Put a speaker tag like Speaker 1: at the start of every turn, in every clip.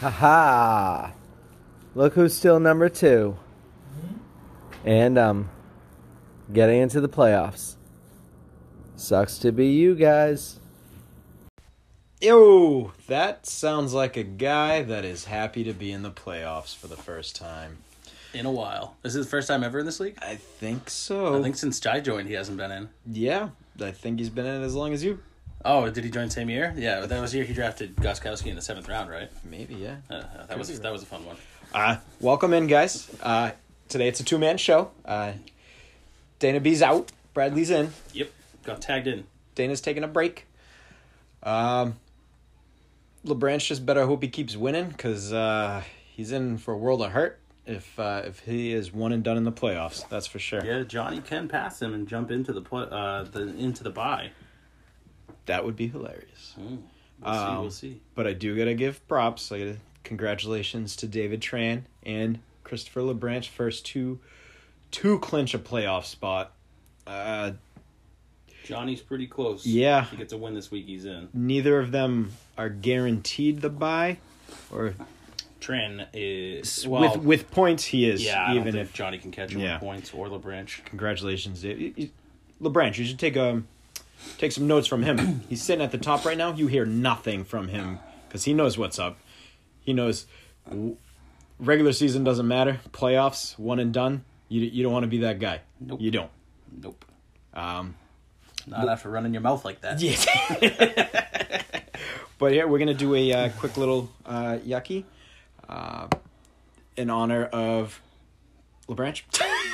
Speaker 1: Ha! Look who's still number two. And um, getting into the playoffs. Sucks to be you guys.
Speaker 2: Yo, that sounds like a guy that is happy to be in the playoffs for the first time.
Speaker 3: in a while. This is the first time ever in this league.
Speaker 2: I think so.
Speaker 3: I think since Jai joined, he hasn't been in.
Speaker 2: yeah, I think he's been in it as long as you.
Speaker 3: Oh, did he join same year? Yeah, that was the year he drafted Goskowski in the seventh round, right?
Speaker 2: Maybe, yeah.
Speaker 3: Uh, that was that was a fun one.
Speaker 2: Uh, welcome in, guys. Uh, today it's a two man show. Uh, Dana B's out, Bradley's in.
Speaker 3: Yep, got tagged in.
Speaker 2: Dana's taking a break. Um, LeBranch just better hope he keeps winning because uh, he's in for a world of hurt if uh, if he is one and done in the playoffs. That's for sure.
Speaker 3: Yeah, Johnny can pass him and jump into the pl- uh the into the bye.
Speaker 2: That would be hilarious.
Speaker 3: We'll see.
Speaker 2: Um,
Speaker 3: We'll see.
Speaker 2: But I do gotta give props. I gotta congratulations to David Tran and Christopher LeBranch first two to clinch a playoff spot. Uh,
Speaker 3: Johnny's pretty close.
Speaker 2: yeah,
Speaker 3: he gets a win this week. He's in.
Speaker 2: neither of them are guaranteed the bye, or
Speaker 3: Tran is well.
Speaker 2: with with points he is.
Speaker 3: yeah, I don't
Speaker 2: even
Speaker 3: think
Speaker 2: if
Speaker 3: Johnny can catch him
Speaker 2: Yeah.
Speaker 3: with points or LeBranch.
Speaker 2: congratulations, Dave. You- you- LeBranch. You should take um take some notes from him. He's sitting at the top right now. You hear nothing from him because he knows what's up. He knows w- regular season doesn't matter. Playoffs, one and done. You you don't want to be that guy.
Speaker 3: Nope.
Speaker 2: You don't.
Speaker 3: Nope.
Speaker 2: Um,
Speaker 3: Not after running your mouth like that.
Speaker 2: yeah. but here we're gonna do a uh, quick little uh, yucky uh, in honor of LeBranch.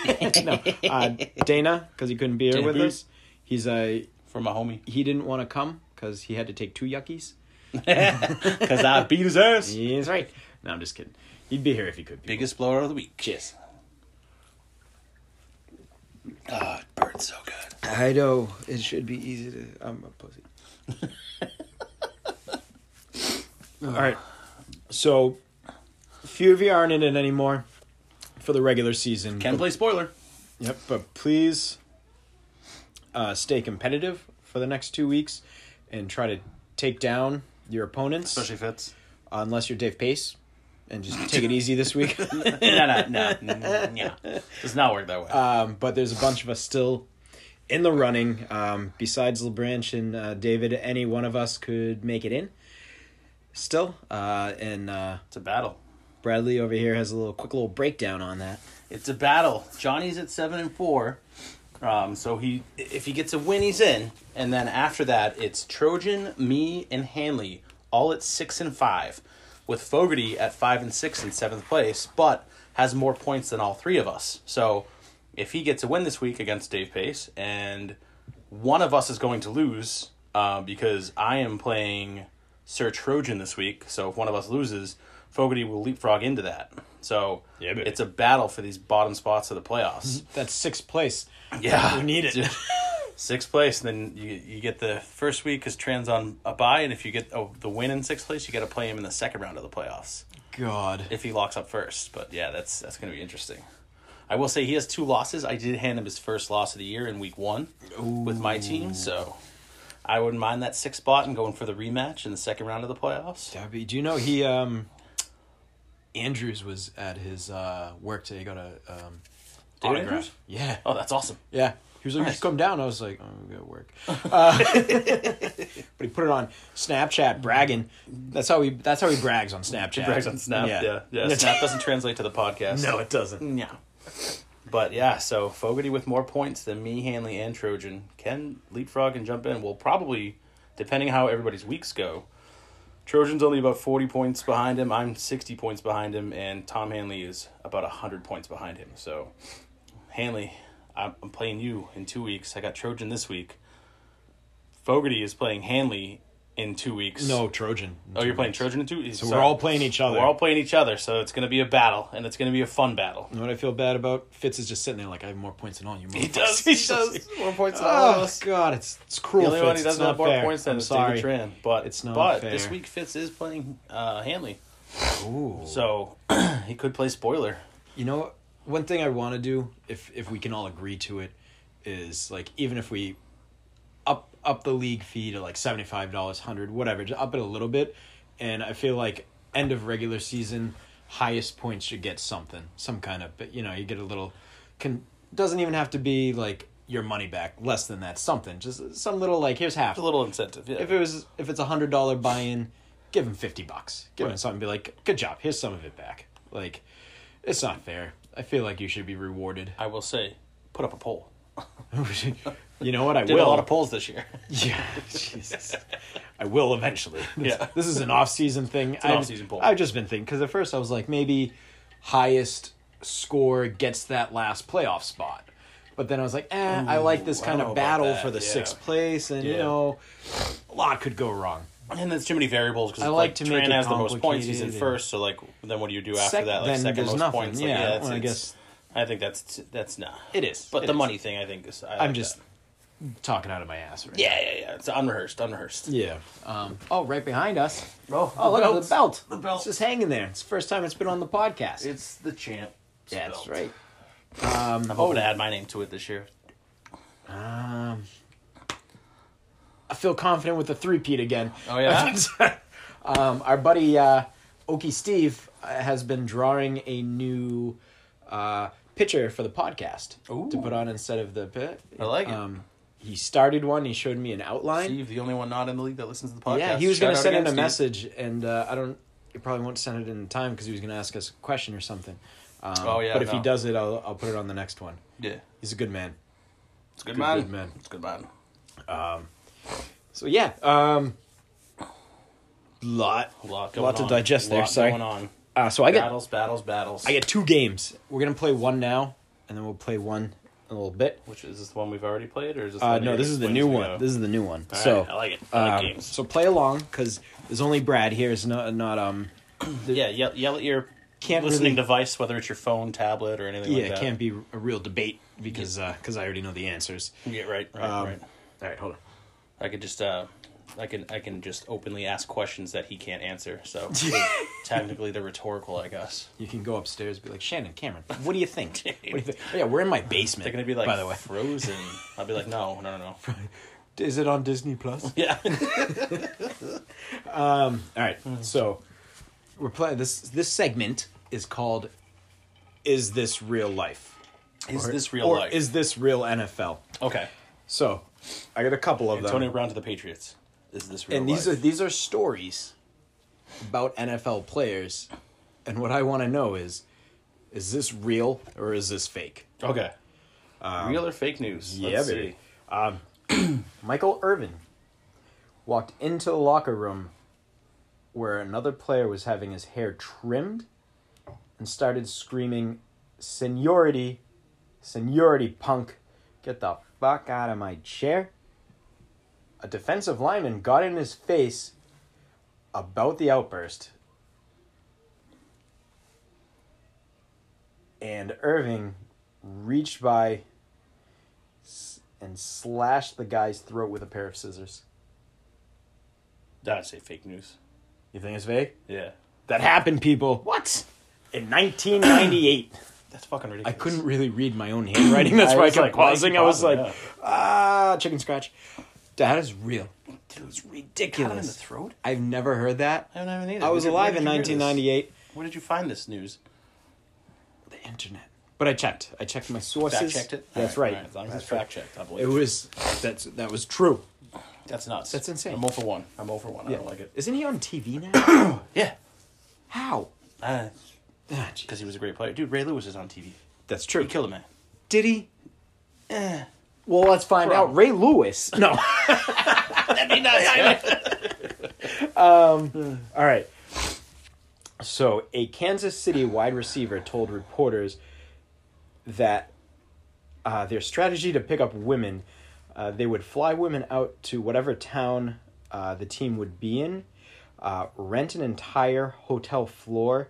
Speaker 2: no, uh, Dana because he couldn't be here
Speaker 3: Dana
Speaker 2: with
Speaker 3: Boot.
Speaker 2: us. He's a
Speaker 3: For my homie.
Speaker 2: he didn't want to come because he had to take two yuckies.
Speaker 3: Because I beat his ass.
Speaker 2: He's right. No, I'm just kidding. He'd be here if he could. people.
Speaker 3: Biggest blower of the week. Cheers. Ah, it burns so good.
Speaker 2: I know it should be easy to. I'm a pussy. All right. So, few of you aren't in it anymore for the regular season.
Speaker 3: Can play spoiler.
Speaker 2: Yep, but please uh, stay competitive for the next two weeks and try to take down your opponents,
Speaker 3: if it's.
Speaker 2: unless you're Dave Pace, and just take it easy this week.
Speaker 3: no, no, no, no, no. Does not work that way.
Speaker 2: Um, but there's a bunch of us still in the running. Um, besides LeBranch and uh, David, any one of us could make it in still. Uh, and uh,
Speaker 3: it's a battle.
Speaker 2: Bradley over here has a little quick little breakdown on that.
Speaker 3: It's a battle. Johnny's at seven and four. Um, so he, if he gets a win, he's in. And then after that, it's Trojan, me, and Hanley, all at six and five, with Fogarty at five and six in seventh place, but has more points than all three of us. So if he gets a win this week against Dave Pace, and one of us is going to lose uh, because I am playing Sir Trojan this week. So if one of us loses, Fogarty will leapfrog into that. So
Speaker 2: Yeah, baby.
Speaker 3: it's a battle for these bottom spots of the playoffs.
Speaker 2: That's sixth place.
Speaker 3: yeah,
Speaker 2: We need it.
Speaker 3: sixth place. And then you you get the first week is Trans on a bye, and if you get oh, the win in sixth place, you got to play him in the second round of the playoffs
Speaker 2: God.
Speaker 3: if he locks up first. But yeah, that's that's going to be interesting. I will say he has two losses. I did hand him his first loss of the year in week one with my team, so I wouldn't mind that sixth spot and going for the rematch in the second round of the playoffs.
Speaker 2: Debbie, do you know he um Andrews was at his uh work today, got a um
Speaker 3: David
Speaker 2: autograph.
Speaker 3: Andrews?
Speaker 2: Yeah.
Speaker 3: Oh, that's awesome.
Speaker 2: Yeah. He was like,
Speaker 3: Nice.
Speaker 2: just come down. I was like, oh, I'm going to work. Uh, but he put it on Snapchat bragging. That's how he, that's how he brags on Snapchat.
Speaker 3: Brags on Snap. Yeah, yeah. Snap doesn't translate to the podcast.
Speaker 2: no, it doesn't.
Speaker 3: Yeah. But yeah, so Fogarty with more points than me, Hanley, and Trojan can leapfrog and jump in. Well, probably, depending how everybody's weeks go. Trojan's only about 40 points behind him. I'm 60 points behind him. And Tom Hanley is about 100 points behind him. So, Hanley, I'm I'm playing you in two weeks. I got Trojan this week. Fogarty is playing Hanley in two weeks.
Speaker 2: No, Trojan.
Speaker 3: Oh, you're playing Trojan in two weeks?
Speaker 2: So we're all playing each other.
Speaker 3: We're all playing each other. So, it's going to be a battle. And it's going to be a fun battle.
Speaker 2: You know what I feel bad about? Fitz is just sitting there like, I have more points than all you.
Speaker 3: He does. He does. More points than all of
Speaker 2: Oh,
Speaker 3: us.
Speaker 2: God. It's, it's
Speaker 3: The
Speaker 2: cruel.
Speaker 3: only one he
Speaker 2: Fitz.
Speaker 3: doesn't
Speaker 2: It's not
Speaker 3: have more
Speaker 2: fair.
Speaker 3: points than
Speaker 2: I'm
Speaker 3: is David
Speaker 2: sorry.
Speaker 3: Tran. But
Speaker 2: It's not
Speaker 3: but
Speaker 2: fair.
Speaker 3: this week Fitz is playing uh, Hanley,
Speaker 2: Ooh.
Speaker 3: so he could play spoiler.
Speaker 2: You know, one thing I want to do, if if we can all agree to it, is like even if we up up the league fee to like seventy five dollars, hundred, whatever, just up it a little bit, and I feel like end of regular season, highest points you get something, some kind of, but you know, you get a little, can doesn't even have to be like your money back, less than that, something, just some little like here's half.
Speaker 3: A little incentive. Yeah.
Speaker 2: If it was, if it's a hundred dollar buy in, give him fifty bucks, give him
Speaker 3: Right.
Speaker 2: something, be like, good job, here's some of it back. Like, it's not fair. I feel like you should be rewarded.
Speaker 3: I will say, put up a poll.
Speaker 2: you know what? I
Speaker 3: Did
Speaker 2: will.
Speaker 3: a lot of polls this year.
Speaker 2: Yeah, Jesus. I will eventually. This-
Speaker 3: Yeah.
Speaker 2: this is an off-season thing.
Speaker 3: an
Speaker 2: I've-
Speaker 3: off-season poll.
Speaker 2: I've just been thinking because at first I was like, maybe highest score gets that last playoff spot, but then I was like, eh, I like this
Speaker 3: Ooh, I
Speaker 2: kind
Speaker 3: don't know
Speaker 2: of
Speaker 3: about
Speaker 2: battle
Speaker 3: that,
Speaker 2: for the
Speaker 3: yeah.
Speaker 2: sixth place, and you
Speaker 3: Yeah.
Speaker 2: know, a lot could go wrong.
Speaker 3: And there's too many variables because
Speaker 2: I
Speaker 3: like,
Speaker 2: like
Speaker 3: like
Speaker 2: to
Speaker 3: Tran
Speaker 2: make it
Speaker 3: has the most points. He's in
Speaker 2: complicated.
Speaker 3: first, so like then what do you do after
Speaker 2: Sec-
Speaker 3: that? Like
Speaker 2: then
Speaker 3: second
Speaker 2: there's
Speaker 3: most
Speaker 2: nothing,
Speaker 3: points. Like,
Speaker 2: yeah,
Speaker 3: yeah, it's,
Speaker 2: well, I
Speaker 3: it's-
Speaker 2: guess-
Speaker 3: I think that's that's not.
Speaker 2: It is,
Speaker 3: but
Speaker 2: it
Speaker 3: the
Speaker 2: is.
Speaker 3: money thing, I think is. I
Speaker 2: I'm
Speaker 3: like
Speaker 2: just
Speaker 3: that.
Speaker 2: talking out of my ass right
Speaker 3: Yeah, yeah, yeah. It's unrehearsed, unrehearsed.
Speaker 2: Yeah. Um, oh, right behind us.
Speaker 3: Oh,
Speaker 2: Oh, look at the belt.
Speaker 3: The belt.
Speaker 2: It's just hanging there. It's the first time it's been on the podcast.
Speaker 3: It's the champ.
Speaker 2: yeah, that's right.
Speaker 3: I'm hoping to add my name to it this year.
Speaker 2: I feel confident with the three-peat again.
Speaker 3: Oh, yeah?
Speaker 2: um, our buddy uh, Okie Steve uh, has been drawing a new uh, picture for the podcast to
Speaker 3: Ooh.
Speaker 2: put on instead of the pit. Um,
Speaker 3: I like it.
Speaker 2: he started one. He showed me an outline.
Speaker 3: Steve, the only one not in the league that listens to the podcast.
Speaker 2: Yeah, he was
Speaker 3: Shout
Speaker 2: going to
Speaker 3: out
Speaker 2: send in a
Speaker 3: again, Steve.
Speaker 2: message, and uh, I don't. He probably won't send it in time because he was going to ask us a question or something. Um,
Speaker 3: Oh, yeah,
Speaker 2: But if he
Speaker 3: no.
Speaker 2: does it, I'll I'll put it on the next one.
Speaker 3: Yeah,
Speaker 2: He's a good man.
Speaker 3: it's a good,
Speaker 2: Good-
Speaker 3: man.
Speaker 2: good man.
Speaker 3: It's a good man.
Speaker 2: So yeah, um, lot
Speaker 3: A lot, going
Speaker 2: lot to
Speaker 3: on.
Speaker 2: digest
Speaker 3: A
Speaker 2: there.
Speaker 3: lot
Speaker 2: sorry.
Speaker 3: going on.
Speaker 2: Uh, so I get
Speaker 3: Battles, battles, battles.
Speaker 2: I get two games. We're gonna play one now, and then we'll play one in a little bit.
Speaker 3: Which is this the one we've already played, or is this? the
Speaker 2: Uh,
Speaker 3: one
Speaker 2: no,
Speaker 3: you're
Speaker 2: this is the
Speaker 3: explaining
Speaker 2: new
Speaker 3: to me
Speaker 2: one.
Speaker 3: now?
Speaker 2: This is the new one.
Speaker 3: All
Speaker 2: so
Speaker 3: right, I like it. I like
Speaker 2: um,
Speaker 3: games.
Speaker 2: so play along because there's only Brad here. It's not not um
Speaker 3: yeah, yell, yell at your
Speaker 2: Can't
Speaker 3: listening
Speaker 2: really-
Speaker 3: device, whether it's your phone, tablet, or anything
Speaker 2: yeah
Speaker 3: like
Speaker 2: it
Speaker 3: that.
Speaker 2: can't be a real debate because because I already know the answers.
Speaker 3: Yeah, right, right,
Speaker 2: Um,
Speaker 3: right.
Speaker 2: All right, hold on.
Speaker 3: I could just, uh, I can, I can just openly ask questions that he can't answer. So technically, they're rhetorical, I guess.
Speaker 2: You can go upstairs and be like Shannon Cameron. What do you think? what do you think? Oh, yeah, we're in my basement.
Speaker 3: They're gonna be like,
Speaker 2: by the way,
Speaker 3: frozen. I'll be like, no, no, no, no.
Speaker 2: is it on Disney Plus?
Speaker 3: Yeah,
Speaker 2: All right. So we're playing this. This segment is called "Is This Real Life?"
Speaker 3: is
Speaker 2: Or-
Speaker 3: this real
Speaker 2: or
Speaker 3: life?
Speaker 2: Is this real NFL?
Speaker 3: okay.
Speaker 2: So I got a couple of
Speaker 3: Antonio
Speaker 2: them,
Speaker 3: Brown to the Patriots. Is this real
Speaker 2: and these are
Speaker 3: life?
Speaker 2: these are stories about NFL players. And what I want to know is, is this real or is this fake?
Speaker 3: okay. real or fake news?
Speaker 2: Um, yeah,
Speaker 3: Let's
Speaker 2: baby.
Speaker 3: see.
Speaker 2: Um, Michael Irvin walked into the locker room where another player was having his hair trimmed and started screaming, Seniority, seniority, punk, get the fuck out of my chair. A defensive lineman got in his face about the outburst. And Irving reached by s- and slashed the guy's throat with a pair of scissors.
Speaker 3: I'd say fake news.
Speaker 2: You think it's fake?
Speaker 3: Yeah,
Speaker 2: That happened, people. What? In 1998.
Speaker 3: that's fucking
Speaker 2: I
Speaker 3: ridiculous.
Speaker 2: couldn't really read my own handwriting. That's
Speaker 3: I
Speaker 2: why I
Speaker 3: was
Speaker 2: kept
Speaker 3: like, why are you
Speaker 2: pausing. I was like,
Speaker 3: pausing?
Speaker 2: ah, chicken scratch. That is real.
Speaker 3: Dude, it was
Speaker 2: ridiculous.
Speaker 3: Cut in the throat?
Speaker 2: I've never heard that.
Speaker 3: I haven't had either.
Speaker 2: I was
Speaker 3: Where did-
Speaker 2: alive
Speaker 3: where
Speaker 2: in
Speaker 3: did you hear this?
Speaker 2: 1998.
Speaker 3: Where did you find this news?
Speaker 2: The internet. But I checked. I checked my sources.
Speaker 3: Fact checked it.
Speaker 2: That's
Speaker 3: All
Speaker 2: right.
Speaker 3: all As long as it's
Speaker 2: That's right.
Speaker 3: fact checked, I believe.
Speaker 2: It was that's that was true.
Speaker 3: that's nuts.
Speaker 2: that's insane.
Speaker 3: I'm all for one. I'm all for one. I don't like it.
Speaker 2: Isn't he on TV now?
Speaker 3: Yeah,
Speaker 2: How?
Speaker 3: because
Speaker 2: Ah, gee.
Speaker 3: he was a great player, dude. Ray Lewis is on TV.
Speaker 2: that's true.
Speaker 3: He killed a man.
Speaker 2: Did he? Eh. Well, let's find out. Ray Lewis. No.
Speaker 3: That'd be nuts.
Speaker 2: All right. So, a Kansas City wide receiver told reporters that uh, their strategy to pick up women, uh, they would fly women out to whatever town uh, the team would be in, uh, rent an entire hotel floor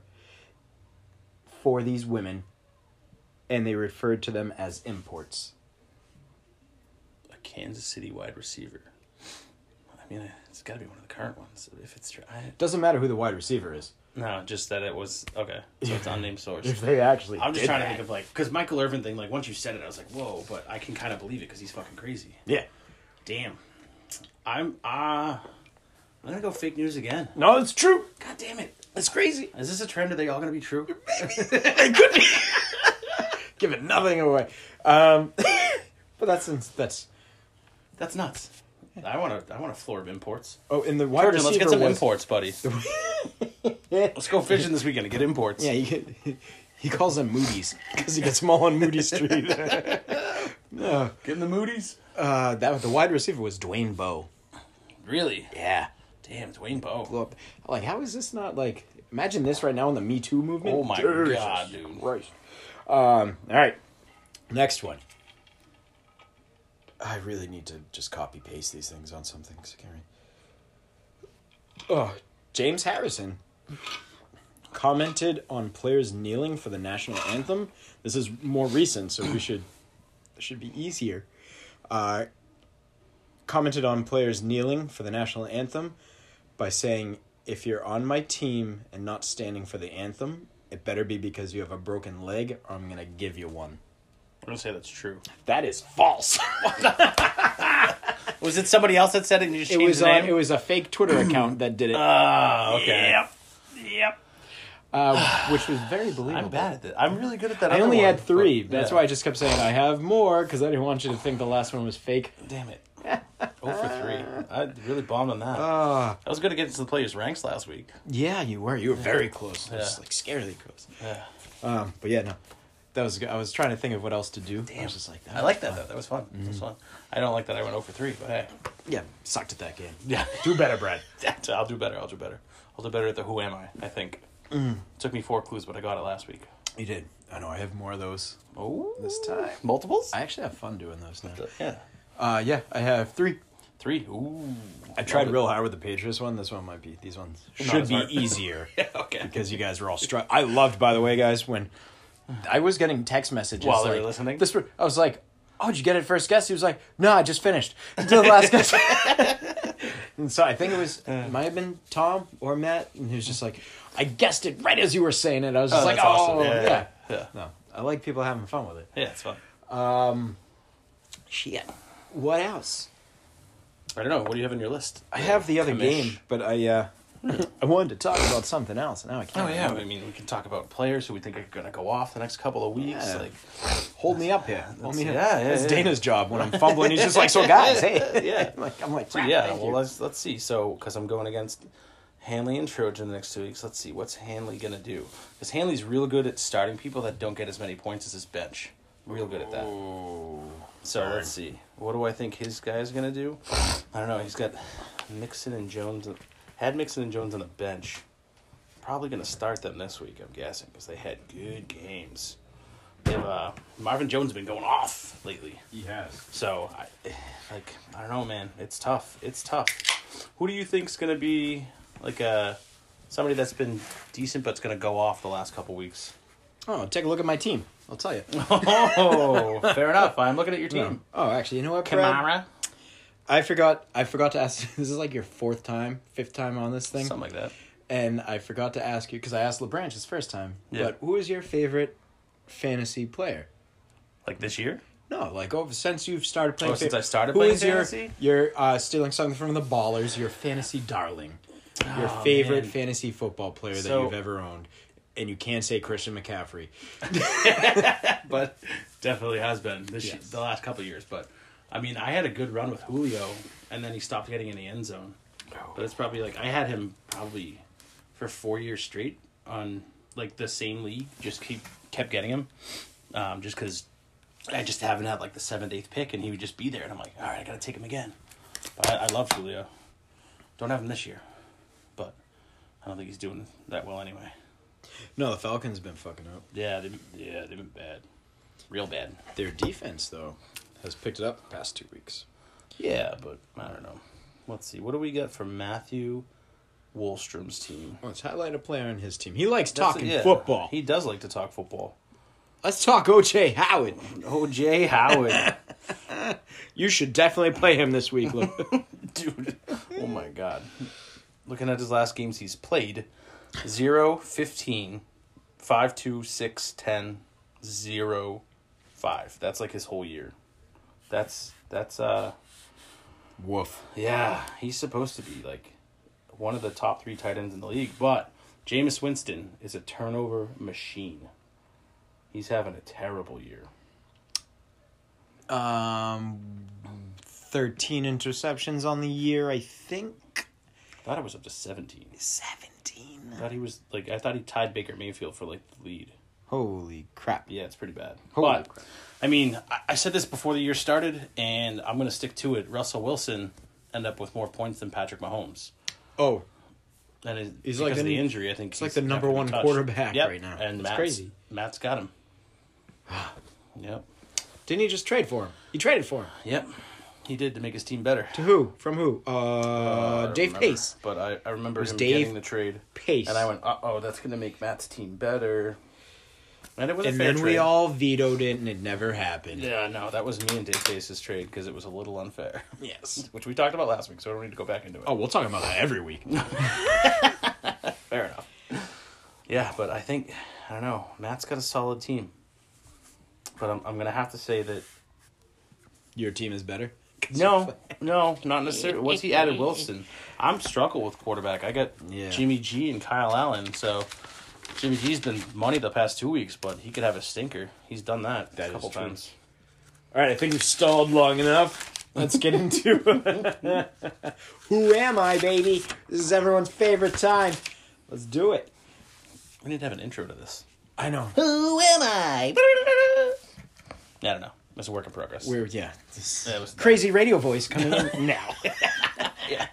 Speaker 2: for these women, and they referred to them as imports.
Speaker 3: a Kansas City wide receiver. I mean, it's got to be one of the current ones. If it's true, I,
Speaker 2: Doesn't matter who the wide receiver is.
Speaker 3: no, just that it was okay. So it's unnamed source.
Speaker 2: If they actually,
Speaker 3: I'm just
Speaker 2: did
Speaker 3: trying
Speaker 2: that.
Speaker 3: to think of like because Michael Irvin thing. Like once you said it, I was like, whoa. But I can kind of believe it because he's fucking crazy.
Speaker 2: Yeah.
Speaker 3: Damn. I'm uh I'm gonna go fake news again.
Speaker 2: No, it's true.
Speaker 3: God damn it. It's crazy. Is this a trend? Are they all going to be true?
Speaker 2: It could be. Giving nothing away. Um, but that's that's
Speaker 3: That's nuts. I want to. I want a floor of imports.
Speaker 2: oh in the wide
Speaker 3: Virgin, let's
Speaker 2: receiver
Speaker 3: get some
Speaker 2: was-
Speaker 3: imports, buddy. let's go fishing this weekend and get imports.
Speaker 2: Yeah, he, he calls them Moody's because he gets them all on Moody Street. no,
Speaker 3: get in the Moody's.
Speaker 2: uh, that the wide receiver was Dwayne Bowe.
Speaker 3: Really?
Speaker 2: Yeah,
Speaker 3: Damn, Dwayne Bowe.
Speaker 2: Look, like how is this not like? Imagine this right now in the Me Too movement.
Speaker 3: Oh my
Speaker 2: Jesus
Speaker 3: God, dude.
Speaker 2: Christ. Um, all right, next one. I really need to just copy paste these things on something. 'cause I can't read. Oh, James Harrison commented on players kneeling for the national anthem. This is more recent, so we should this should be easier. Uh, commented on players kneeling for the national anthem by saying, "If you're on my team and not standing for the anthem, it better be because you have a broken leg, or I'm gonna give you one."
Speaker 3: I'm gonna say that's true.
Speaker 2: That is false.
Speaker 3: Was it somebody else that said it and you just
Speaker 2: it
Speaker 3: changed
Speaker 2: was
Speaker 3: the
Speaker 2: on,
Speaker 3: name?
Speaker 2: it was a fake Twitter account that did it,
Speaker 3: Ah, okay.
Speaker 2: Yep.
Speaker 3: Yep.
Speaker 2: uh, which was very believable.
Speaker 3: I'm bad at that. I'm really good at that.
Speaker 2: I
Speaker 3: other
Speaker 2: only
Speaker 3: one,
Speaker 2: had three.
Speaker 3: but-
Speaker 2: That's
Speaker 3: yeah.
Speaker 2: why I just kept saying I have more because I didn't want you to think the last one was fake.
Speaker 3: Damn it. Oh for three. I really bombed on that.
Speaker 2: Ah,
Speaker 3: I was gonna get into the players' ranks last week.
Speaker 2: yeah, you were. You were very close. It was
Speaker 3: Yeah.
Speaker 2: like scarily close.
Speaker 3: Yeah.
Speaker 2: Um, but yeah, no, that was. good. I was trying to think of what else to do. I was just like that.
Speaker 3: I like that though. That was fun. That
Speaker 2: Mm-hmm.
Speaker 3: was fun. I don't like that I went 0 for three, but hey.
Speaker 2: Yeah, sucked at that game.
Speaker 3: Yeah.
Speaker 2: Do better, Brad.
Speaker 3: I'll do better. I'll do better. I'll do better at the who am I, I think. took me four clues, but I got it last week.
Speaker 2: You did. I know. I have more of those.
Speaker 3: Oh.
Speaker 2: This time.
Speaker 3: Multiples?
Speaker 2: I actually have fun doing those now.
Speaker 3: yeah.
Speaker 2: Uh, yeah, I have three.
Speaker 3: Three. Ooh.
Speaker 2: I tried real hard with the Patriots one. This one might be. These ones
Speaker 3: as
Speaker 2: should be
Speaker 3: hard.
Speaker 2: easier
Speaker 3: okay.
Speaker 2: because you guys were all struck. I loved, by the way, guys, when I was getting text messages
Speaker 3: While they were
Speaker 2: like,
Speaker 3: listening?
Speaker 2: This I was like, "Oh, did you get it first guess?" He was like, "No, I just finished until the last guess." and so I think it was it might have been Tom or Matt, and he was just like, "I guessed it right as you were saying it." I was just
Speaker 3: Oh,
Speaker 2: like,
Speaker 3: that's awesome.
Speaker 2: "Oh,
Speaker 3: Yeah,
Speaker 2: yeah,
Speaker 3: yeah.
Speaker 2: No, I like people having fun with it.
Speaker 3: Yeah, it's fun.
Speaker 2: Shit. What else?
Speaker 3: I don't know. What do you have in your list?
Speaker 2: I have the other
Speaker 3: Hamish.
Speaker 2: game, but I uh, I wanted to talk about something else. Now I can't.
Speaker 3: Oh yeah,
Speaker 2: remember.
Speaker 3: I mean we can talk about players who we think are gonna go off the next couple of weeks.
Speaker 2: Yeah.
Speaker 3: Like
Speaker 2: hold me up here. Hold me
Speaker 3: yeah,
Speaker 2: up.
Speaker 3: yeah,
Speaker 2: That's
Speaker 3: yeah.
Speaker 2: uh, Dana's job when I'm fumbling. He's just like, so guys, hey,
Speaker 3: Yeah.
Speaker 2: I'm like I'm like,
Speaker 3: So,
Speaker 2: "Crap,
Speaker 3: yeah,
Speaker 2: thank
Speaker 3: well
Speaker 2: you."
Speaker 3: let's let's see. So because I'm going against Hanley and Trojan the next two weeks, let's see what's Hanley gonna do. Because Hanley's real good at starting people that don't get as many points as his bench. Real good at that. So let's see. What do I think his guy's gonna do? I don't know. He's got Mixon and Jones. Had Mixon and Jones on the bench. Probably gonna start them this week. I'm guessing because they had good games. They have, uh, Marvin Jones has been going off lately.
Speaker 2: He has.
Speaker 3: So, I, like, I don't know, man. It's tough. It's tough. Who do you think's gonna be like a somebody that's been decent but's gonna go off the last couple weeks?
Speaker 2: Oh, take a look at my team. I'll tell you.
Speaker 3: Oh, fair enough. I'm looking at your team.
Speaker 2: Oh, actually, you know what, Brad?
Speaker 3: Kamara,
Speaker 2: I forgot. I forgot to ask. This is like your fourth time, fifth time on this thing,
Speaker 3: something like that.
Speaker 2: and I forgot to ask you because I asked Lebranche his first time.
Speaker 3: Yeah.
Speaker 2: But who is your favorite fantasy player?
Speaker 3: Like this year?
Speaker 2: No, like over since you've started playing.
Speaker 3: Oh, since
Speaker 2: fa-
Speaker 3: I started
Speaker 2: who
Speaker 3: playing
Speaker 2: is your-
Speaker 3: fantasy?
Speaker 2: Your uh, stealing something from the ballers. Your fantasy darling. Your favorite
Speaker 3: Oh, man.
Speaker 2: fantasy football player that
Speaker 3: So-
Speaker 2: you've ever owned, and you can't say Christian McCaffrey.
Speaker 3: but definitely has been this
Speaker 2: Yes.
Speaker 3: the last couple of years. But I mean, I had a good run with Julio, and then he stopped getting in the end zone. But it's probably like I had him probably for four years straight on like the same league. Just keep kept getting him, um, just because I just haven't had like the seventh, eighth pick, and he would just be there, and I'm like, all right, I gotta take him again. But I, I love Julio. Don't have him this year, but I don't think he's doing that well anyway.
Speaker 2: No, the Falcons have been fucking up.
Speaker 3: Yeah, they, yeah, they've been bad, real bad.
Speaker 2: Their defense though has picked it up the past two weeks.
Speaker 3: Yeah, but I don't know. Let's see. What do we got for Matthew Wolstrom's team?
Speaker 2: Let's highlight a player on his team. He likes
Speaker 3: That's-
Speaker 2: talking
Speaker 3: yeah,
Speaker 2: football.
Speaker 3: He does like to talk football.
Speaker 2: Let's talk OJ Howard.
Speaker 3: OJ Howard.
Speaker 2: You should definitely play him this week. Look,
Speaker 3: Dude. Oh my god. Looking at his last games he's played 0 15 5 2 6 10 0 5. That's like his whole year. That's that's uh
Speaker 2: woof.
Speaker 3: Yeah, he's supposed to be like one of the top three tight ends in the league, but Jameis Winston is a turnover machine. He's having a terrible year.
Speaker 2: Um, thirteen interceptions on the year, I think.
Speaker 3: Thought it was up to seventeen.
Speaker 2: Seventeen.
Speaker 3: Thought he was like I thought he tied Baker Mayfield for like the lead.
Speaker 2: Holy crap!
Speaker 3: Yeah, it's pretty bad.
Speaker 2: Holy
Speaker 3: but I mean, I, I said this before the year started, and I'm gonna stick to it. Russell Wilson end up with more points than Patrick Mahomes,
Speaker 2: Oh,
Speaker 3: and it,
Speaker 2: He's
Speaker 3: because
Speaker 2: like
Speaker 3: of
Speaker 2: an-
Speaker 3: the injury, I think
Speaker 2: like the
Speaker 3: not
Speaker 2: number
Speaker 3: gonna be
Speaker 2: one
Speaker 3: touched.
Speaker 2: quarterback
Speaker 3: Yep,
Speaker 2: right now.
Speaker 3: And
Speaker 2: It's
Speaker 3: Matt's,
Speaker 2: crazy.
Speaker 3: Matt's got him. yep,
Speaker 2: didn't he just trade for him? He traded for him
Speaker 3: yep, he did to make his team better.
Speaker 2: to who? From who? Uh,
Speaker 3: I don't
Speaker 2: Dave
Speaker 3: remember,
Speaker 2: Pace.
Speaker 3: But I, I remember
Speaker 2: was
Speaker 3: him
Speaker 2: Dave
Speaker 3: getting the trade.
Speaker 2: Pace.
Speaker 3: And I went, uh oh, that's going to make Matt's team better. And it was a
Speaker 2: And
Speaker 3: fair
Speaker 2: then
Speaker 3: trade.
Speaker 2: we all vetoed it, and it never happened.
Speaker 3: Yeah, no, that was me and Dave Pace's trade because it was a little unfair,
Speaker 2: Yes.
Speaker 3: which we talked about last week, so I don't need to go back into it.
Speaker 2: Oh, we'll talk about that every week.
Speaker 3: fair enough. Yeah, but I think, I don't know, Matt's got a solid team. But I'm, I'm going to have to say that.
Speaker 2: Your team is better.
Speaker 3: No, no, not necessarily. Once he added Wilson, I'm struggle with quarterback. I got
Speaker 2: Yeah.
Speaker 3: Jimmy G and Kyle Allen, so Jimmy G's been money the past two weeks, but he could have a stinker. He's done that,
Speaker 2: That
Speaker 3: a
Speaker 2: is
Speaker 3: couple
Speaker 2: true.
Speaker 3: times.
Speaker 2: All right, I think we've stalled long enough. Let's get into Who am I, baby? This is everyone's favorite time. Let's do it.
Speaker 3: We need to have an intro to this.
Speaker 2: I know.
Speaker 3: Who am I? I don't know. It's a work in progress.
Speaker 2: We're yeah. this
Speaker 3: Yeah, it was-
Speaker 2: crazy radio voice coming in now.
Speaker 3: yeah,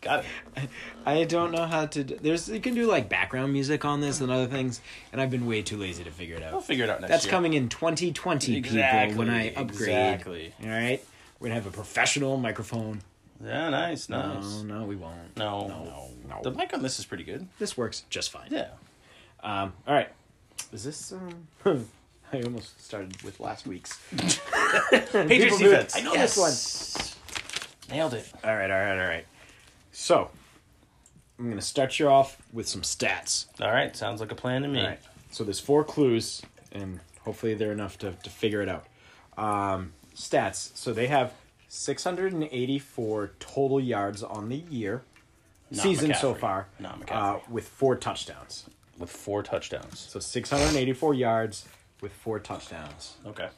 Speaker 3: got it.
Speaker 2: I don't know how to. Do, there's you can do like background music on this and other things, and I've been way too lazy to figure it out.
Speaker 3: We'll figure it out next
Speaker 2: That's
Speaker 3: year.
Speaker 2: coming in 2020,
Speaker 3: Exactly,
Speaker 2: people. When I upgrade,
Speaker 3: exactly.
Speaker 2: All right, we're gonna have a professional microphone.
Speaker 3: Yeah, nice, nice.
Speaker 2: No, no, we won't.
Speaker 3: No,
Speaker 2: no, no.
Speaker 3: The mic on this is pretty good.
Speaker 2: this works just fine.
Speaker 3: Yeah.
Speaker 2: Um, all right. Is this? Um, I almost started with last week's.
Speaker 3: Patriots
Speaker 2: do it.
Speaker 3: defense.
Speaker 2: I know
Speaker 3: this one. Nailed it.
Speaker 2: All right, all right, all right. So, I'm gonna start you off with some stats.
Speaker 3: All right, sounds like a plan to me.
Speaker 2: All right. So there's four clues, and hopefully they're enough to to figure it out. Um, stats. So they have 684 total yards on the year,
Speaker 3: Not
Speaker 2: season so
Speaker 3: McCaffrey.
Speaker 2: far,
Speaker 3: Not
Speaker 2: uh,
Speaker 3: McCaffrey.
Speaker 2: with four touchdowns.
Speaker 3: With four touchdowns.
Speaker 2: So 684 yards with four touchdowns.
Speaker 3: Okay.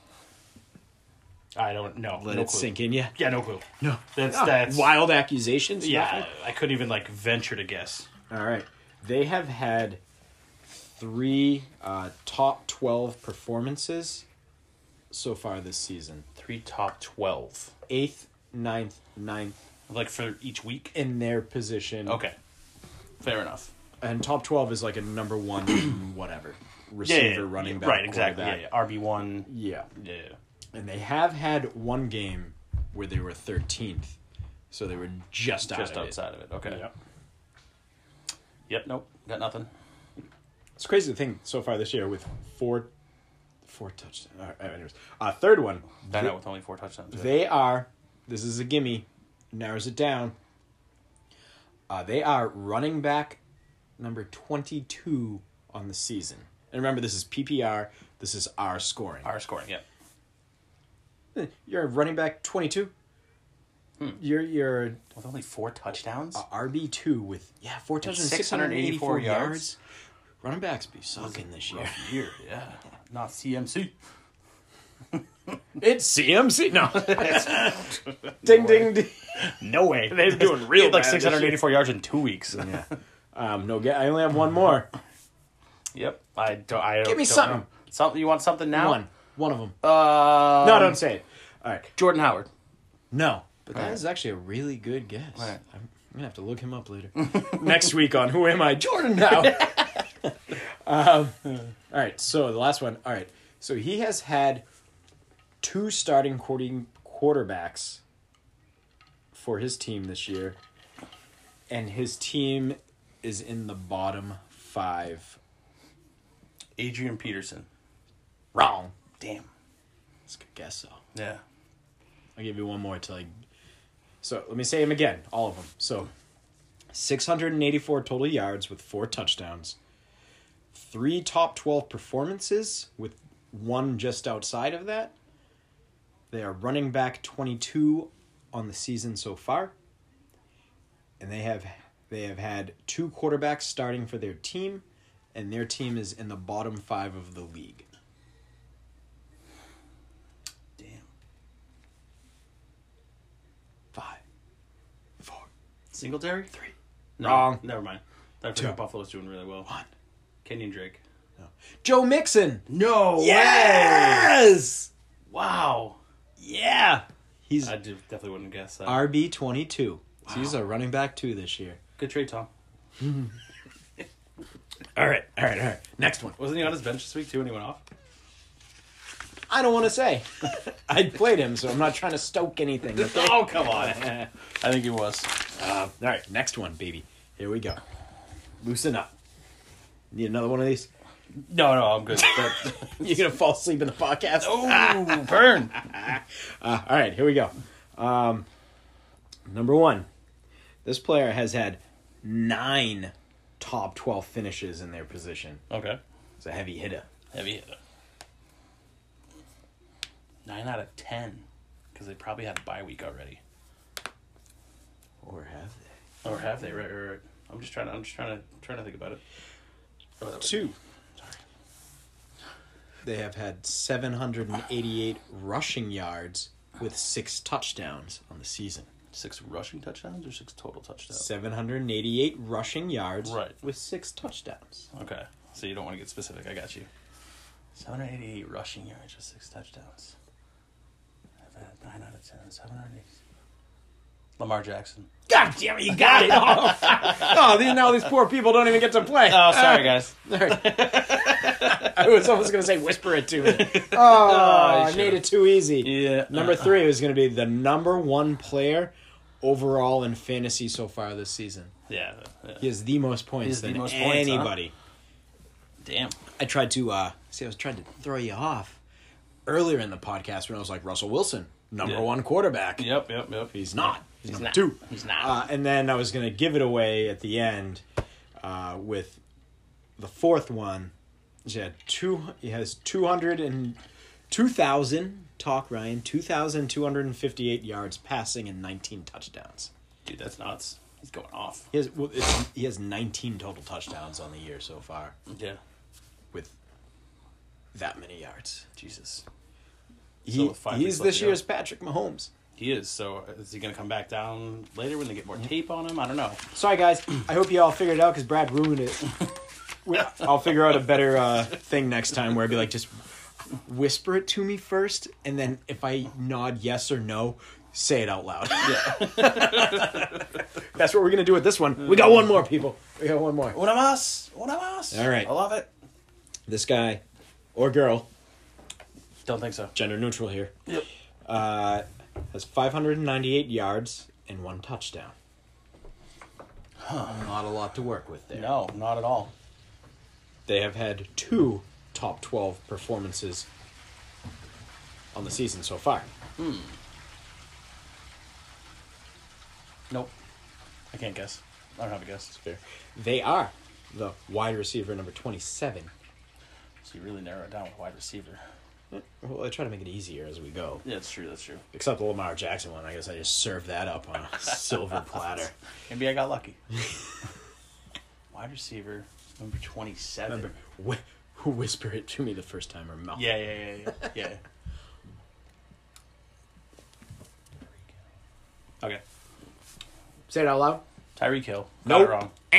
Speaker 3: I don't know.
Speaker 2: Let
Speaker 3: no
Speaker 2: it
Speaker 3: clue.
Speaker 2: sink in, yeah.
Speaker 3: Yeah, no clue.
Speaker 2: No,
Speaker 3: That's-
Speaker 2: Ah,
Speaker 3: that's-
Speaker 2: wild accusations.
Speaker 3: Yeah,
Speaker 2: nothing?
Speaker 3: I couldn't even like venture to guess.
Speaker 2: All right. They have had three uh, top 12 performances so far this season
Speaker 3: Three top twelve,
Speaker 2: eighth, ninth, ninth
Speaker 3: like for each week.
Speaker 2: in their position.
Speaker 3: Okay, fair enough.
Speaker 2: And top 12 is like a number one, whatever, receiver, running back.
Speaker 3: Right, exactly. Yeah,
Speaker 2: quarterback.
Speaker 3: RB one.
Speaker 2: yeah.
Speaker 3: Yeah.
Speaker 2: And they have had one game where they were 13th. So they were just out
Speaker 3: just
Speaker 2: of it.
Speaker 3: outside of it. Okay.
Speaker 2: Yep.
Speaker 3: Yep. Nope. Got nothing.
Speaker 2: It's crazy to think so far this year with four, four touchdowns. All right, anyways, uh, third one.
Speaker 3: I know with only four touchdowns. yeah.
Speaker 2: They are. This is a gimme. Narrows it down. Uh, they are running back number twenty-two on the season. And remember, this is PPR. This is our scoring.
Speaker 3: Our scoring. Yep.
Speaker 2: Eh, You're a running back twenty-two. You're you're
Speaker 3: With only four touchdowns.
Speaker 2: RB two with yeah four touchdowns, six hundred
Speaker 3: 684
Speaker 2: eighty-four yards.
Speaker 3: yards.
Speaker 2: Running backs be sucking this year.
Speaker 3: year. Yeah. Not CMC.
Speaker 2: It's CMC. No. ding ding ding.
Speaker 3: No way.
Speaker 2: They're doing real
Speaker 3: He had like
Speaker 2: bad this
Speaker 3: six hundred eighty four yards in two weeks.
Speaker 2: Um, no, get, I only have one more.
Speaker 3: Yep. I don't. I don't,
Speaker 2: Give me
Speaker 3: don't
Speaker 2: something.
Speaker 3: know. Something you want something now?
Speaker 2: One. One of them.
Speaker 3: Uh.
Speaker 2: no, don't say it. All right.
Speaker 3: Jordan Howard.
Speaker 2: No. But that is
Speaker 3: Alright.
Speaker 2: actually a really good guess.
Speaker 3: Alright.
Speaker 2: I'm going to have to look him up later. Next week on Who Am I? Jordan now. um, all right. So the last one. All right. So he has had two starting quarter- quarterbacks for his team this year, and his team is in the bottom five.
Speaker 3: Adrian Peterson.
Speaker 2: Wrong.
Speaker 3: Damn.
Speaker 2: It's a good guess, though.
Speaker 3: Yeah.
Speaker 2: I'll give you one more to like. So let me say them again, all of them. So, six hundred and eighty-four total yards with four touchdowns, three top twelve performances with one just outside of that. They are running back twenty-two on the season so far, and they have They have had two quarterbacks starting for their team, and their team is in the bottom five of the league.
Speaker 3: Damn.
Speaker 2: Five, four,
Speaker 3: Singletary?
Speaker 2: three.
Speaker 3: No.
Speaker 2: Wrong.
Speaker 3: Never mind. I forgot Buffalo's doing really well.
Speaker 2: One.
Speaker 3: Kenyon Drake.
Speaker 2: No. Joe Mixon.
Speaker 3: No
Speaker 2: Yes.
Speaker 3: Wow.
Speaker 2: Yeah. He's
Speaker 3: I did- definitely wouldn't guess that.
Speaker 2: RB twenty two. So he's a running back two this year.
Speaker 3: Good trade, Tom.
Speaker 2: All right. All right. All right. Next one.
Speaker 3: Wasn't he on his bench this week too when he went off?
Speaker 2: I don't want to say. I played him, so I'm not trying to stoke anything. okay?
Speaker 3: Oh come on! I think he was.
Speaker 2: Uh, all right, next one, baby. Here we go. Loosen up. Need another one of these?
Speaker 3: No, no, I'm good. That-
Speaker 2: You're gonna fall asleep in the podcast.
Speaker 3: oh, burn!
Speaker 2: Uh, all right, here we go. Um, number one, this player has had nine top twelve finishes in their position.
Speaker 3: Okay,
Speaker 2: It's a heavy hitter.
Speaker 3: heavy hitter. Nine out of ten, because they probably had a bye week already,
Speaker 2: Or have they?
Speaker 3: or have they? Right, right, right. I'm just trying to. I'm just trying to trying to think about it. Oh, that was-
Speaker 2: Two. They have had 788 rushing yards with six touchdowns on the season.
Speaker 3: six rushing touchdowns or six total touchdowns.
Speaker 2: 788 rushing yards
Speaker 3: Right.
Speaker 2: with six touchdowns.
Speaker 3: Okay, so you don't want to get specific. I got you. 788 rushing yards, just six touchdowns. I've had 9 out of 10, 780. Lamar Jackson.
Speaker 2: God damn it, you got it. Oh, oh these, now these poor people don't even get to play.
Speaker 3: Oh, sorry, guys.
Speaker 2: I was almost going to say whisper it to me. Oh, I
Speaker 3: should've.
Speaker 2: made it too easy.
Speaker 3: Yeah.
Speaker 2: Number three was going to be the number one player overall in fantasy so far this season.
Speaker 3: Yeah. yeah.
Speaker 2: He has the most points
Speaker 3: has the
Speaker 2: than
Speaker 3: most points, huh?
Speaker 2: anybody.
Speaker 3: Damn.
Speaker 2: I tried to, uh, see, I was trying to throw you off earlier in the podcast when I was like, Russell Wilson, number
Speaker 3: Yeah.
Speaker 2: one quarterback.
Speaker 3: Yep, yep, yep.
Speaker 2: He's not. He's, number
Speaker 3: not.
Speaker 2: two.
Speaker 3: He's not.
Speaker 2: Uh, and then I was going to give it away at the end uh, with the fourth one. He had two. He has two hundred and two thousand. Talk Ryan. Two thousand two hundred and fifty-eight yards passing and nineteen touchdowns.
Speaker 3: Dude, that's nuts. He's going off.
Speaker 2: He has well, it's, he has nineteen total touchdowns on the year so far
Speaker 3: Yeah.
Speaker 2: with that many yards.
Speaker 3: Jesus.
Speaker 2: He,
Speaker 3: five weeks
Speaker 2: he's
Speaker 3: left
Speaker 2: this
Speaker 3: to go.
Speaker 2: year's Patrick Mahomes.
Speaker 3: He is. So is he going to come back down later when they get more tape on him? I don't know.
Speaker 2: Sorry, guys. I hope you all figured it out because Brad ruined it. We- I'll figure out a better uh, thing next time where I'd be like, just whisper it to me first, and then if I nod yes or no, say it out loud.
Speaker 3: Yeah.
Speaker 2: That's what we're going to do with this one. We got one more, people. We got one more.
Speaker 3: Una más. Una más.
Speaker 2: All right.
Speaker 3: I love it.
Speaker 2: This guy or girl,
Speaker 3: Don't think so.
Speaker 2: gender neutral here,
Speaker 3: Yep.
Speaker 2: uh, has 598 yards and one touchdown. Not a lot to work with there.
Speaker 3: No, not at all.
Speaker 2: they have had two top 12 performances on the season so far.
Speaker 3: Nope. I can't guess. I don't have a guess.
Speaker 2: They're- They are the wide receiver number 27.
Speaker 3: So you really narrow it down with wide receiver.
Speaker 2: Well, I try to make it easier as we go.
Speaker 3: Yeah, that's true. That's true.
Speaker 2: Except the Lamar Jackson one, I guess I just served that up on a silver platter.
Speaker 3: Maybe I got lucky. wide receiver number twenty-seven.
Speaker 2: Remember, wh- who whispered it to me the first time or mouth?
Speaker 3: Yeah, yeah, yeah, yeah, yeah. okay,
Speaker 2: Say it out loud.
Speaker 3: Tyreek Hill. Got
Speaker 2: Nope.
Speaker 3: it wrong.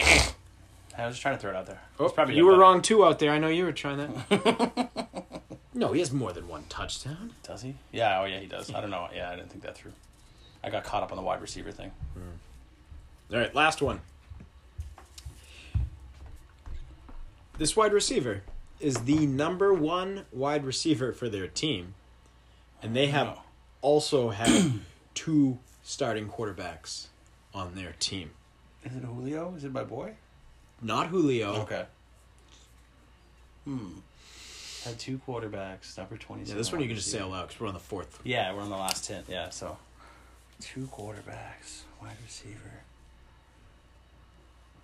Speaker 3: I was just trying to throw it out there.
Speaker 2: Oh,
Speaker 3: It's probably
Speaker 2: you
Speaker 3: not
Speaker 2: were
Speaker 3: that.
Speaker 2: wrong too out there. I know you were trying that. no, he has more than one touchdown.
Speaker 3: Does he? Yeah. Oh, yeah, he does. I don't know. Yeah, I didn't think that through. I got caught up on the wide receiver thing.
Speaker 2: All right, last one. This wide receiver is the number one wide receiver for their team, and they have
Speaker 3: Wow.
Speaker 2: also had two starting quarterbacks on their team.
Speaker 3: Is it Julio? Is it my boy?
Speaker 2: Not Julio.
Speaker 3: Okay. Hmm. Had two quarterbacks. Number twenty-seven.
Speaker 2: Yeah, this one you can just say aloud because we're on the fourth.
Speaker 3: Yeah, we're on the last ten. Yeah, so two quarterbacks, wide receiver.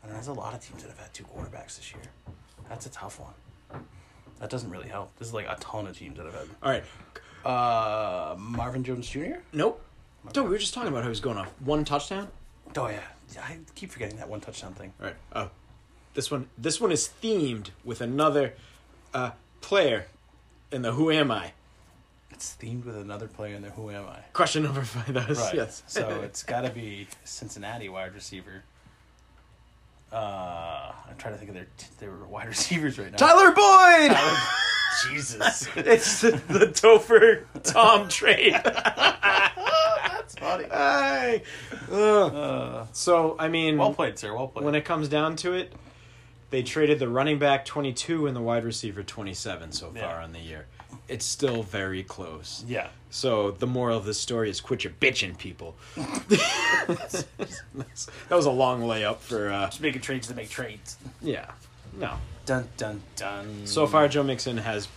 Speaker 3: And there's a lot of teams that have had two quarterbacks this year. That's a tough one. That doesn't really help. There's like a ton of teams that have had.
Speaker 2: All right.
Speaker 3: Uh, Marvin Jones Jr.
Speaker 2: Nope. No, we were just talking about how he's going off one touchdown.
Speaker 3: Oh yeah, I keep forgetting that one touchdown thing.
Speaker 2: All right. Oh, this one. This one is themed with another uh, player in the Who Am I
Speaker 3: It's themed with another player in there. Who am I?
Speaker 2: question number five. That was,
Speaker 3: Right.
Speaker 2: Yes.
Speaker 3: so it's got to be Cincinnati wide receiver. Uh, I'm trying to think of their their wide receivers right now.
Speaker 2: Tyler Boyd.
Speaker 3: Jesus,
Speaker 2: it's the, the Topher Tom trade.
Speaker 3: that's funny.
Speaker 2: Hey. Ugh. Uh, so I mean,
Speaker 3: Well played, sir. Well played.
Speaker 2: when it comes down to it, they traded the running back 22 and the wide receiver 27 so far
Speaker 3: Yeah.
Speaker 2: on the year. It's still very close.
Speaker 3: yeah,
Speaker 2: So the moral of the story is quit your bitching, people. that was a long layup for uh,
Speaker 3: just making trades to make trades.
Speaker 2: yeah. No.
Speaker 3: Dun dun dun.
Speaker 2: So far, Joe Mixon has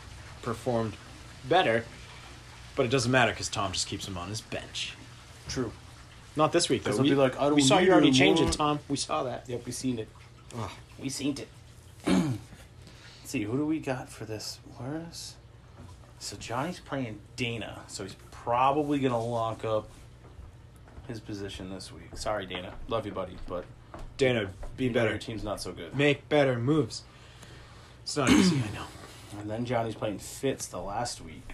Speaker 2: performed better, but it doesn't matter because Tom just keeps him on his bench.
Speaker 3: true.
Speaker 2: Not this week though.
Speaker 3: Because they'll
Speaker 2: We,
Speaker 3: be like, I don't
Speaker 2: we saw you
Speaker 3: really
Speaker 2: already change it,
Speaker 3: want-
Speaker 2: Tom. We saw that.
Speaker 3: Yep, we seen it. We seen it. see, who do we got for this? Where's so Johnny's playing Dana, so he's probably gonna lock up his position this week. Sorry, Dana. Love you, buddy, but
Speaker 2: Dana, be
Speaker 3: you know
Speaker 2: better.
Speaker 3: Your team's not so good.
Speaker 2: Make better moves. It's not easy, I know.
Speaker 3: And then Johnny's playing Fitz the last week.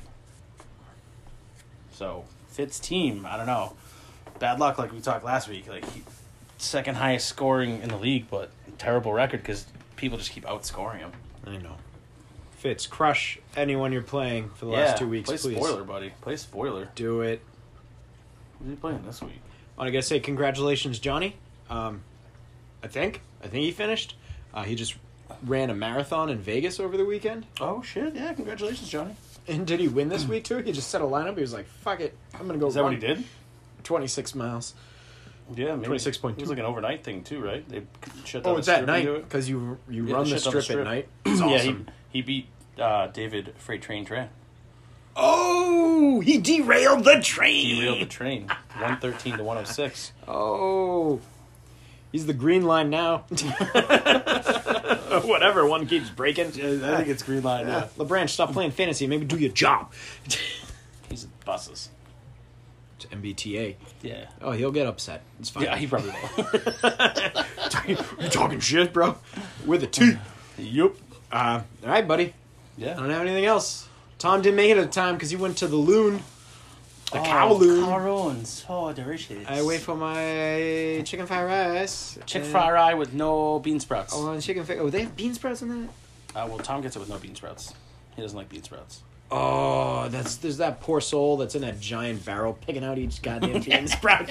Speaker 3: So Fitz team, I don't know. Bad luck, like we talked last week. Like he, second highest scoring in the league, but terrible record because people just keep outscoring him.
Speaker 2: I know. Fitz, crush anyone you're playing for the last two weeks,
Speaker 3: play
Speaker 2: please.
Speaker 3: spoiler, buddy. Play spoiler.
Speaker 2: Do it.
Speaker 3: Who's he playing this week?
Speaker 2: I gotta say, congratulations, Johnny. Um, I think I think he finished. Uh, he just ran a marathon in Vegas over the weekend.
Speaker 3: Oh shit! Yeah, congratulations, Johnny.
Speaker 2: And did he win this week too? He just set a lineup. He was like, "Fuck it, I'm gonna go."
Speaker 3: Is that what
Speaker 2: run
Speaker 3: he did?
Speaker 2: Twenty six miles.
Speaker 3: Yeah, maybe.
Speaker 2: 26.2.
Speaker 3: It was like an overnight thing too, right? They shut down.
Speaker 2: Oh,
Speaker 3: the
Speaker 2: it's at
Speaker 3: strip and
Speaker 2: night
Speaker 3: do it.
Speaker 2: because you you
Speaker 3: Yeah,
Speaker 2: run
Speaker 3: they
Speaker 2: the
Speaker 3: shut down
Speaker 2: strip,
Speaker 3: the
Speaker 2: at
Speaker 3: strip.
Speaker 2: night. It's awesome.
Speaker 3: Yeah, he, he beat uh, David Freight Train Tran.
Speaker 2: Oh, he derailed the train.
Speaker 3: Derailed the train, one thirteen to one hundred six.
Speaker 2: Oh. He's the green line now. Whatever, one keeps breaking.
Speaker 3: I think it's green line. Yeah.
Speaker 2: LeBranch, Uh, stop playing fantasy. Maybe do your job.
Speaker 3: He's buses.
Speaker 2: It's MBTA.
Speaker 3: Yeah.
Speaker 2: Oh, he'll get upset. It's fine.
Speaker 3: Yeah, he probably will.
Speaker 2: you talking shit, bro? With a T.
Speaker 3: yep.
Speaker 2: Uh, all right, buddy. I don't
Speaker 3: Yeah.
Speaker 2: have anything else. Tom didn't make it at the time because he went to the loon.
Speaker 3: Oh,
Speaker 2: The cow loon.
Speaker 3: so delicious.
Speaker 2: I wait for my chicken fried rice.
Speaker 3: Chick
Speaker 2: And-
Speaker 3: fry rye with no bean sprouts.
Speaker 2: Oh, and chicken. Fi- oh, they have bean sprouts in that.
Speaker 3: Uh, well, Tom gets it with no bean sprouts. He doesn't like bean sprouts.
Speaker 2: Oh, that's there's that poor soul that's in that giant barrel picking out each goddamn bean sprout.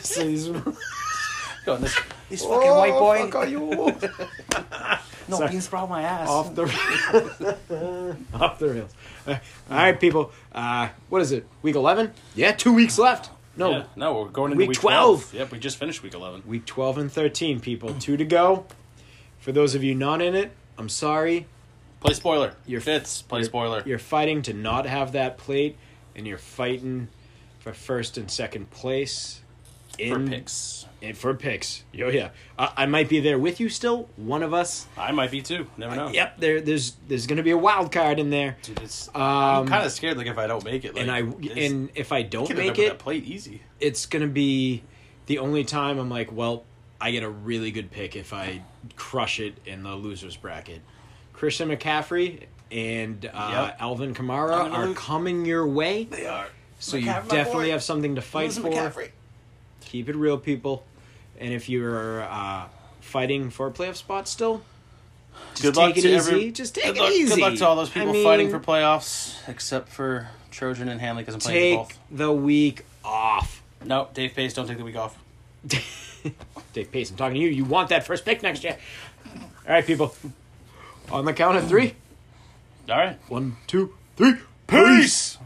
Speaker 2: so he's
Speaker 3: Go on, this, this
Speaker 2: Oh, fuck are you?
Speaker 3: no
Speaker 2: Sorry.
Speaker 3: bean sprout my ass.
Speaker 2: off the off the rails. Uh, all right, people. Uh, what is it? Week eleven? Yeah, two weeks left. No,
Speaker 3: Yeah, no, we're going into
Speaker 2: Week
Speaker 3: week, 12.
Speaker 2: 12.
Speaker 3: Yep, we just finished week 11.
Speaker 2: week twelve and thirteen, people. Two to go. For those of you not in it, I'm sorry.
Speaker 3: Play spoiler.
Speaker 2: You're-
Speaker 3: Your fits. Play
Speaker 2: you're-
Speaker 3: spoiler.
Speaker 2: You're fighting to not have that plate, and you're fighting for first and second place.
Speaker 3: for
Speaker 2: in-
Speaker 3: picks.
Speaker 2: And for picks. Yo, yeah. I, I might be there with you still. One of us.
Speaker 3: I might be too. Never know.
Speaker 2: Yep. There, there's, there's gonna be a wild card in there.
Speaker 3: Oh. Dude, it's,
Speaker 2: Um,
Speaker 3: I'm kind of scared. Like if I don't make it, like,
Speaker 2: and I,
Speaker 3: it's-
Speaker 2: and if I
Speaker 3: I
Speaker 2: don't
Speaker 3: can
Speaker 2: make
Speaker 3: make it
Speaker 2: it,
Speaker 3: plate easy.
Speaker 2: it's gonna be the only time I'm like, well, I get a really good pick if I crush it in the losers bracket. Christian McCaffrey and uh,
Speaker 3: Yep.
Speaker 2: Alvin Kamara
Speaker 3: I'm gonna
Speaker 2: are
Speaker 3: lose.
Speaker 2: coming your way,
Speaker 3: They are.
Speaker 2: so you definitely have something to fight for. keep it real, people. And if you're uh, fighting for a playoff spot still, just
Speaker 3: Good
Speaker 2: take
Speaker 3: luck
Speaker 2: it
Speaker 3: to
Speaker 2: easy.
Speaker 3: every-
Speaker 2: just
Speaker 3: Good
Speaker 2: take
Speaker 3: luck,
Speaker 2: it easy.
Speaker 3: good luck to all those
Speaker 2: I
Speaker 3: people
Speaker 2: mean,
Speaker 3: fighting for playoffs, except for Trojan and Hanley because I'm playing
Speaker 2: Take
Speaker 3: both.
Speaker 2: the week off.
Speaker 3: No, Dave Pace, don't take the week off.
Speaker 2: Dave Pace, I'm talking to you. You want that first pick next year. All right, people. On the count of three.
Speaker 3: All right.
Speaker 2: One, two, three. Peace!